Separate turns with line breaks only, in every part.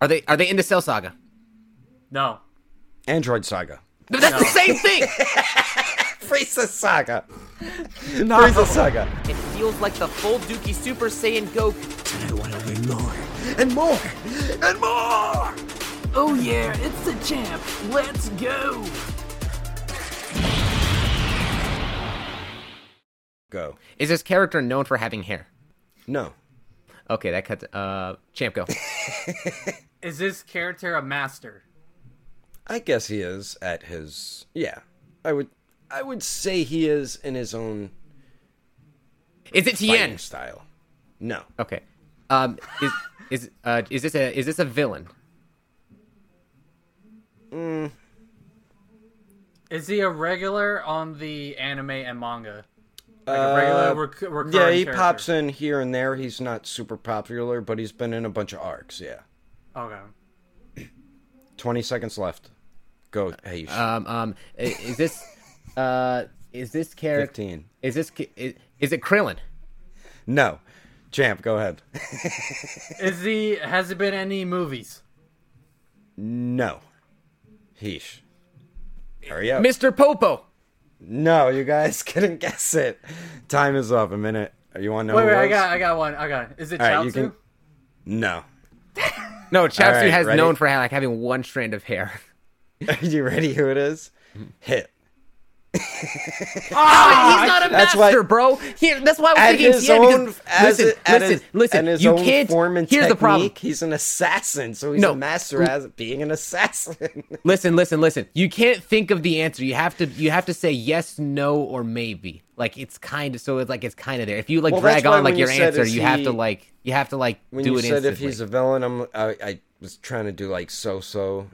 Are they are they into Cell Saga?
No.
Android Saga.
No, that's the same thing.
Frieza Saga. Frieza Saga.
It feels like the full Dookie Super Saiyan Goku.
I want to win more and more and more.
Oh yeah, it's the champ. Let's go.
Go.
Is this character known for having hair?
No.
Okay, that cuts. Uh, champ, go.
Is this character a master?
I guess he is at his. Yeah. I would. I would say he is in his own
Is it
fighting
Tien?
style. No.
Okay. Um, is is uh is this a is this a villain?
Is he a regular on the anime and manga? Like a regular rec- recurring
Uh, Yeah, he
character?
pops in here and there. He's not super popular, but he's been in a bunch of arcs. Yeah.
Okay.
Twenty seconds left. Go, Hayush.
Uh,
Um, um, i- is this uh is this character
Fifteen.
is this ki- is, is it Krillin?
No. Champ, go ahead.
Is he has it been any movies?
No. Heesh. Hurry up.
Mr. Popo.
no, you guys couldn't guess it. Time is up. A minute. Are you on?
Wait, wait, I got I got one. I got. it. Is it
All
right,
right, you can- No.
No, Chapsu
Alright,
has
ready?
known for ha- like having one strand of hair.
Are you ready? Who it is? Hit.
He's not a
That's
master,
why-
bro. He, that's why I was
At
thinking
his
Tien,
own,
because-
as
listen,
it, at
listen,
his,
listen.
at his
you
own
can't.
form and
here's the problem.
technique, He's an assassin, so he's
No.
a master as being an assassin.
Listen, listen, listen. You can't think of the answer. You have to. You have to say yes, no, or maybe. Like it's kind of. So it's like it's kind of there. If you like
Well, that's
drag
why
on like
when you
your
said,
answer,
is
you have
he-
to like. You have to like
when
do
you
it
said
instantly.
if he's a villain, I'm, I, I was trying to do like so-so,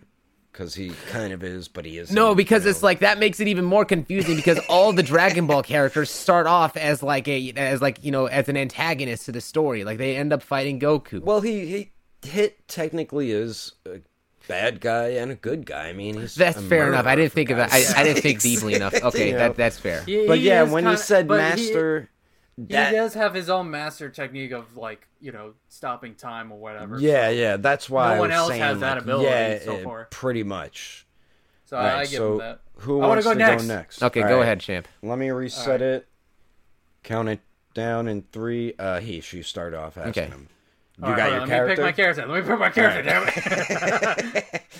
because he kind of is, but he isn't.
No, because
you know?
it's like that makes it even more confusing because all the Dragon Ball characters start off as like a as like you know as an antagonist to the story. Like they end up fighting Goku.
Well, he, he hit technically is a bad guy and a good guy. I mean, he's
that's
a
fair enough. I
murderer,
didn't
for
think of that.
God's
I, I didn't think
sakes.
deeply enough. Okay,
You know?
that that's fair.
He-
But
he
yeah,
is
when you
kinda-
said
but he-
master,
he,
that-
does have his own master technique of like you know stopping time or whatever.
yeah, yeah, that's why
No
I
one
was
else
saying,
has that
like,
ability
yeah,
so
it-
far.
pretty much.
so
All right,
I give
so
him that.
who
I
wants
go
to
next.
go next?
Okay,
All
go
right.
ahead, champ.
Let me reset
right.
it. Count it down in three. Uh, he, she, start off asking
Okay.
him. You
All right,
got
hold on,
your
let
character.
me pick my character. Let me pick my character. Damn it.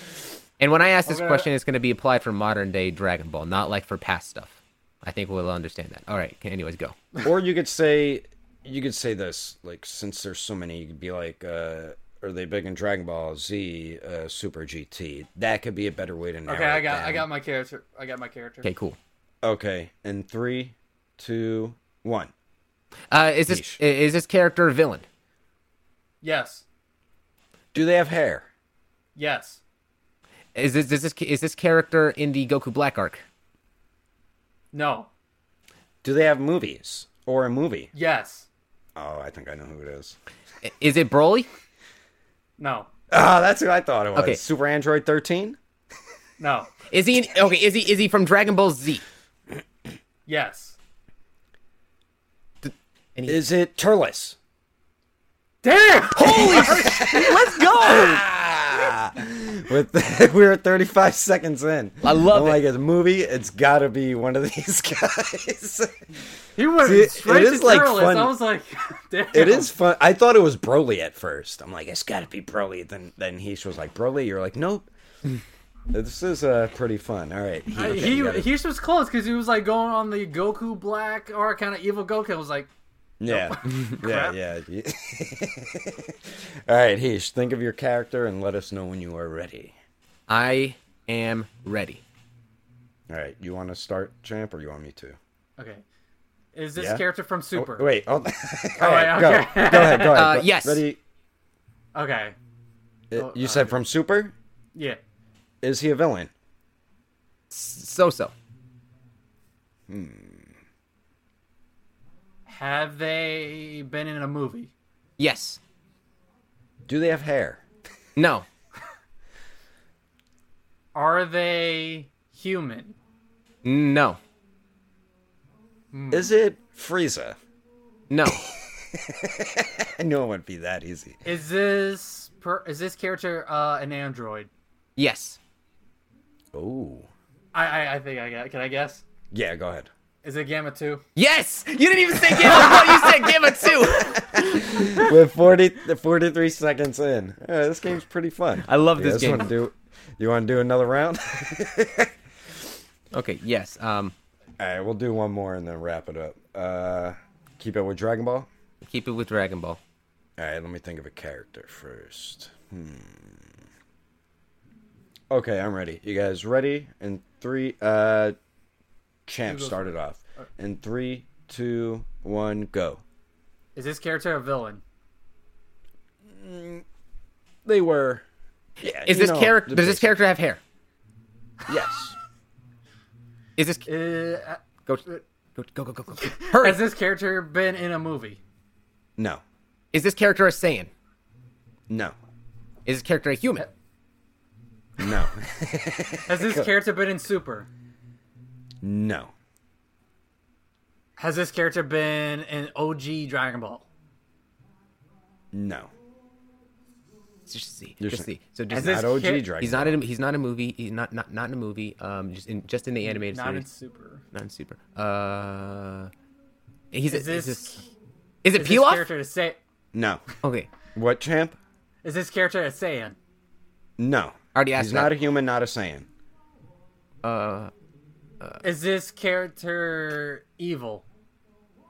And when I ask this
Okay.
question, it's going to be applied for modern day Dragon Ball, not like for past stuff. I think we'll understand that. All right. okay, Anyways, go.
or you could say you could say this like since there's so many you could be like uh are they big in dragon ball z uh super gt that could be a better way to narrow
okay, I
it
got I
down.
got my character. I got my character.
Okay, cool.
okay and three two one
Uh, is this
Yeesh.
i- is this character a villain?
Yes.
do they have hair
Yes.
Is this is this is this character in the Goku Black arc?
No.
do they have movies or a movie
Yes.
oh i think i know who it is
I- Is it Broly?
No.
ah that's who i thought it was
Okay.
super android 13
No.
Is he in, okay? Is he is he from Dragon Ball Z?
Yes.
is it turles
Damn.
Let's go!
with we're at 35 seconds in i
love
I'm
it.
like it's a movie it's gotta be one of these guys
He went
See, it
straight
is,
to
like,
Turles.
fun.
I was like, damn.
It is fun. I thought it was Broly at first. I'm like, it's got to be Broly. Then then Heesh was like, Broly. You're like, nope. this is uh, pretty fun. All right. Heesh,
I-
you
he
gotta-
he was close because he was like going on the Goku Black or kind of evil Goku. I was like,
yeah. yeah,
Crap.
yeah, All right, Heesh, think of your character and let us know when you are ready.
I am ready.
All right, you want to start, champ, or you want me to?
okay, is this
Yeah?
character from Super?
Wait. Oh, all
right,
right, go.
okay.
Go ahead. Go ahead.
Uh,
Go-
yes.
Ready?
Okay,
Uh,
Oh,
you said from Super.
yeah,
Is he a villain?
So so.
have they been in a movie?
Yes.
Do they have hair?
No.
Are they human?
No.
Hmm.
Is it Frieza?
No.
I knew it wouldn't be that easy.
Is this per, is this character uh, an android?
Yes.
Oh.
I, I I think I got. Can I guess?
Yeah, go ahead.
Is it Gamma Two?
Yes! You didn't even say Gamma 1, you said Gamma 2!
With 40, 43 seconds in. Yeah, this game's pretty fun.
I love
You
this
guys
game.
wanna do, you want to do another round?
Okay, yes. Um,
All right, we'll do one more and then wrap it up. Uh, keep it with Dragon Ball.
keep it with Dragon Ball.
All right, let me think of a character first. Hmm. Okay, I'm ready. You guys ready? In three, uh, champ started off. In three, two, one, go.
Is this character a villain?
They were. Yeah,
Is
you
this
know,
character?
the
Does this
basic-
character have hair?
Yes.
Is this
Uh,
go go go go go? go. Hurry!
has this character been in a movie?
No.
Is this character a Saiyan?
No.
Is this character a human?
No.
Has this character been in Super?
no.
Has this character been in OG Dragon Ball?
No.
Just see,
You're
just
saying-
see. So
Is
just
this
Not OG
char-
Dragon.
he's not in. A, he's not in a movie. He's not not not in a movie. Um, just in just in the animated
Not in
series.
Super.
not in super. Uh, he's
Is
a,
this
is this is it
is this
Pilaf?
character to say?
No.
Okay,
What champ?
Is this character a Saiyan?
No.
Already asked
He's
that.
not a human, not a Saiyan.
Is this character evil?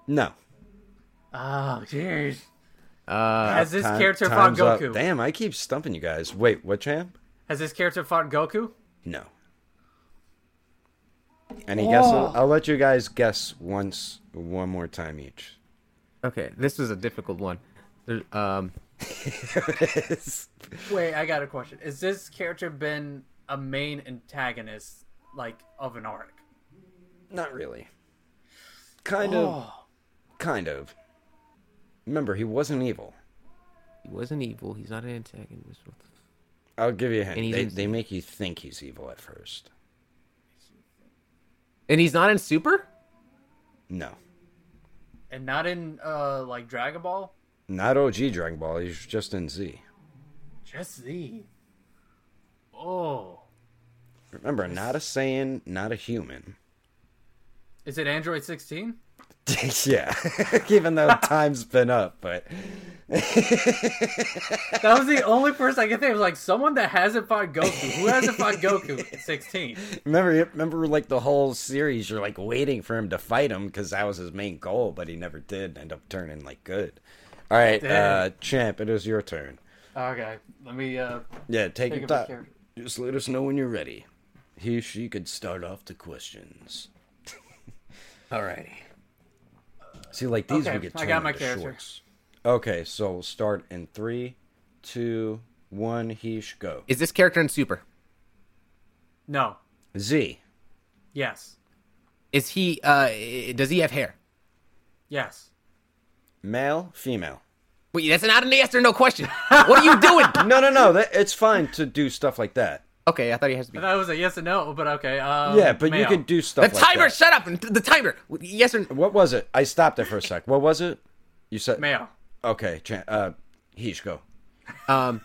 No.
Oh, jeez. Uh, Has this
Time-
character fought
time's up.
Goku?
Damn, I keep stumping you guys. Wait, what champ?
Has this character fought Goku?
No. Any guesses? I'll, I'll let you guys guess once, one more time each.
okay. This was a difficult one. There- Um,
Wait, I got a question. Is this character been a main antagonist, like of an arc?
Not really. Kind of. Kind of. Remember, he wasn't evil.
he wasn't evil. He's not an antagonist. What the
I'll give you a
And
hint.
he's
They,
in-
they make you think he's evil at first.
And he's not in Super?
No.
And not in uh like Dragon Ball?
Not OG Dragon Ball. He's just in Z.
Just Z. Oh.
Remember, not a Saiyan, not a human.
Is it Android 16?
yeah, even though time's been up, but
That was the only person I could think of. Like someone that hasn't fought Goku. Who hasn't fought Goku? 16.
remember, remember, like the whole series, you're like waiting for him to fight him because that was his main goal, but he never did. End up turning like good. All right, uh,
Dang.
champ, it is your turn.
Okay, let me. uh
Yeah, take
Think
your
of a
time.
character.
Just let us know when you're ready. He, she could start off the questions. Alrighty. See, like these
Okay,
we get
I
turned
got my
into
character.
shorts. Okay, so we'll start in three, two, one. He, sh, go.
Is this character in Super?
No.
Z.
Yes.
Is he? Uh, i- does he have hair?
Yes.
Male, female.
Wait, that's not a yes or no question. What are you doing?
No, no, no. That, it's fine to do stuff like that.
Okay, I thought he has to be.
That was a yes and no, but okay. Um,
Yeah, but you
male.
could do
The
stuff like
timer,
that.
shut up! The timer. Yes or no?
What was it? I stopped it for a sec. What was it? You said
male.
Okay, cha- uh, he, sh, go.
Um,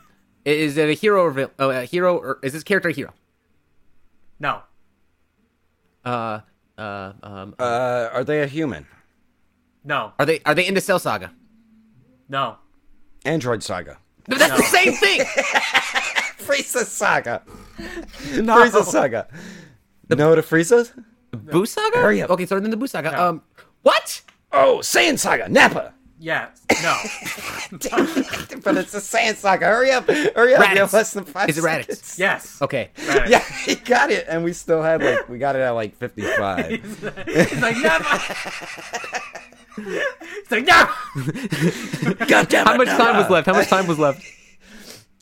is it a hero or vil- oh, a hero or is this character a hero?
No.
Uh, uh, um, uh,
Uh, are they a human?
No.
are they are they into Cell Saga?
No.
Android Saga.
No, that's the same thing.
Frieza Saga. Frieza Saga. no to Frieza?
Boo Saga.
Hurry up.
Okay, so then the Boo Saga. Um, what?
Oh, Saiyan Saga. Nappa.
Yes. No.
But it's a Saiyan Saga. Hurry up. Hurry up. You have
Raditz.
less than five
Is it Raditz?
seconds.
yes.
Okay.
Right.
Yeah, he got it. And we still had like, we got it at like 55.
He's like no. He's like no.
God damn
How much time was left? How much time was left?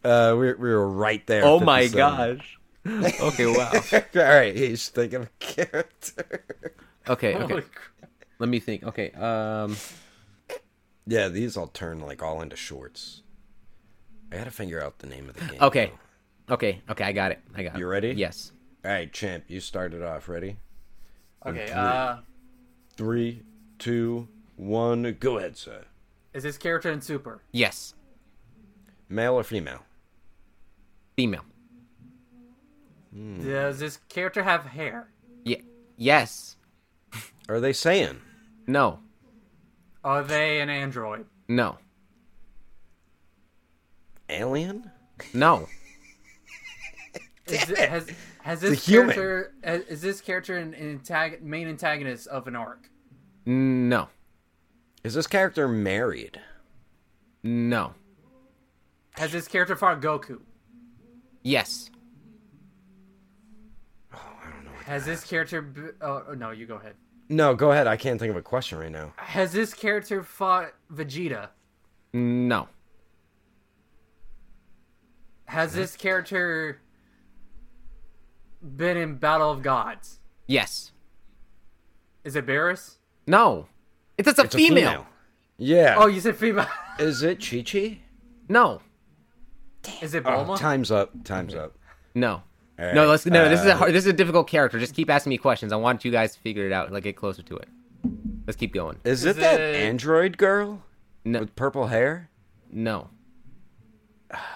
Uh, we, we were right there.
Oh my
57.
gosh. Okay. Wow.
All right. He's thinking of a character.
Okay. Okay.
Holy crap.
Let me think. Okay. Um.
Yeah, these all turn like all into shorts. I gotta figure out the name of the game.
Okay. Okay. Okay. I got it. I got it.
You ready?
Yes.
All right, champ. You started off. Ready?
Okay. Uh,
Three, two, one. Go ahead, sir.
is this character in Super?
Yes.
Male or female?
Female.
Does this character have hair?
Yeah. Yes.
Are they saying?
No.
Are they an android?
No.
Alien?
No.
Is it, has has this
It's a human.
character has, is this character an, an antag- main antagonist of an arc?
No.
Is this character married?
No.
Has this character fought Goku?
Yes.
Oh,
Has this character? b- Oh no, you go ahead.
No, go ahead. I can't think of a question right now.
Has this character fought Vegeta?
No.
Has this character been in Battle of Gods?
Yes.
Is it Barris?
No. It's, it's a,
It's a
female.
Yeah.
Oh, you said female.
Is it Chi Chi?
No.
Is
Oh,
it Bulma?
Time's up. Time's up.
No.
All
No,
right,
let's no. this is a
uh,
hard, this is a difficult character. Just keep asking me questions. I want you guys to figure it out. Like get closer to it. Let's keep going.
Is,
Is
it that
it-
android girl
No.
with purple hair?
No.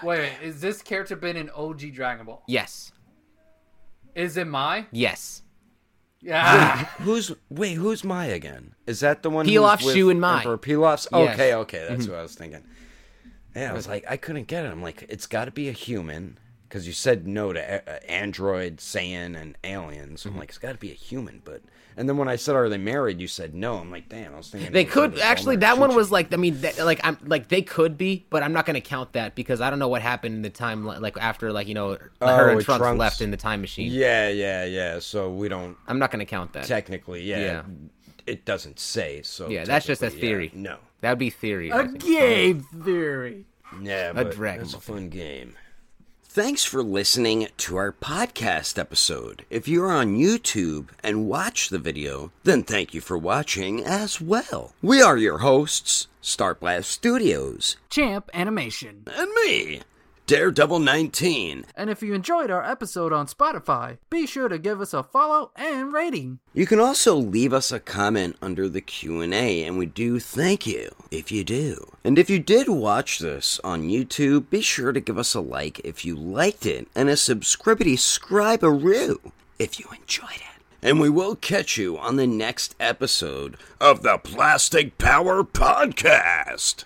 Wait, wait, is this character been in OG Dragon Ball?
Yes.
Is it Mai?
Yes.
Yeah.
Who's wait? Who's Mai again? Is that the one?
Pilaf,
who's with
Shu, and Mai.
Emperor Pilaf's.
Yes. Mm-hmm.
Okay, okay, that's what I was thinking. Yeah, I was like, I couldn't get it. I'm like, it's got to be a human because you said no to a- a- android, Saiyan, and aliens.
Mm-hmm.
I'm like, it's got to be a human. But and then when I said, are they married? You said no. I'm like, damn. I was thinking
They
it was
could
either
actually.
Bulma or
That one
Chi-Chi.
was like. I mean, that, like I'm like they could be, but I'm not going to count that because I don't know what happened in the time. Like like, after like you know her and
Oh, it
Trunks,
Trunks.
left in the time machine.
Yeah, yeah, yeah. So we don't
I'm not going to count that.
technically. Yeah,
Yeah.
it doesn't say. So
Yeah, that's just a
technically, yeah,
theory.
no.
That would be theory. I
a
think.
game theory.
Yeah, but
Dragon
that's
Ball
a fun game. Thanks for listening to our podcast episode. If you're on YouTube and watch the video, then thank you for watching as well. We are your hosts, Starblast Studios,
Champ Animation.
and me, Daredevil 19.
And if you enjoyed our episode on Spotify, be sure to give us a follow and rating.
You can also leave us a comment under the Q&A and we do thank you if you do. And if you did watch this on YouTube, be sure to give us a like if you liked it and a subscribity scribe a roo if you enjoyed it. And we will catch you on the next episode of the Plastic Power Podcast.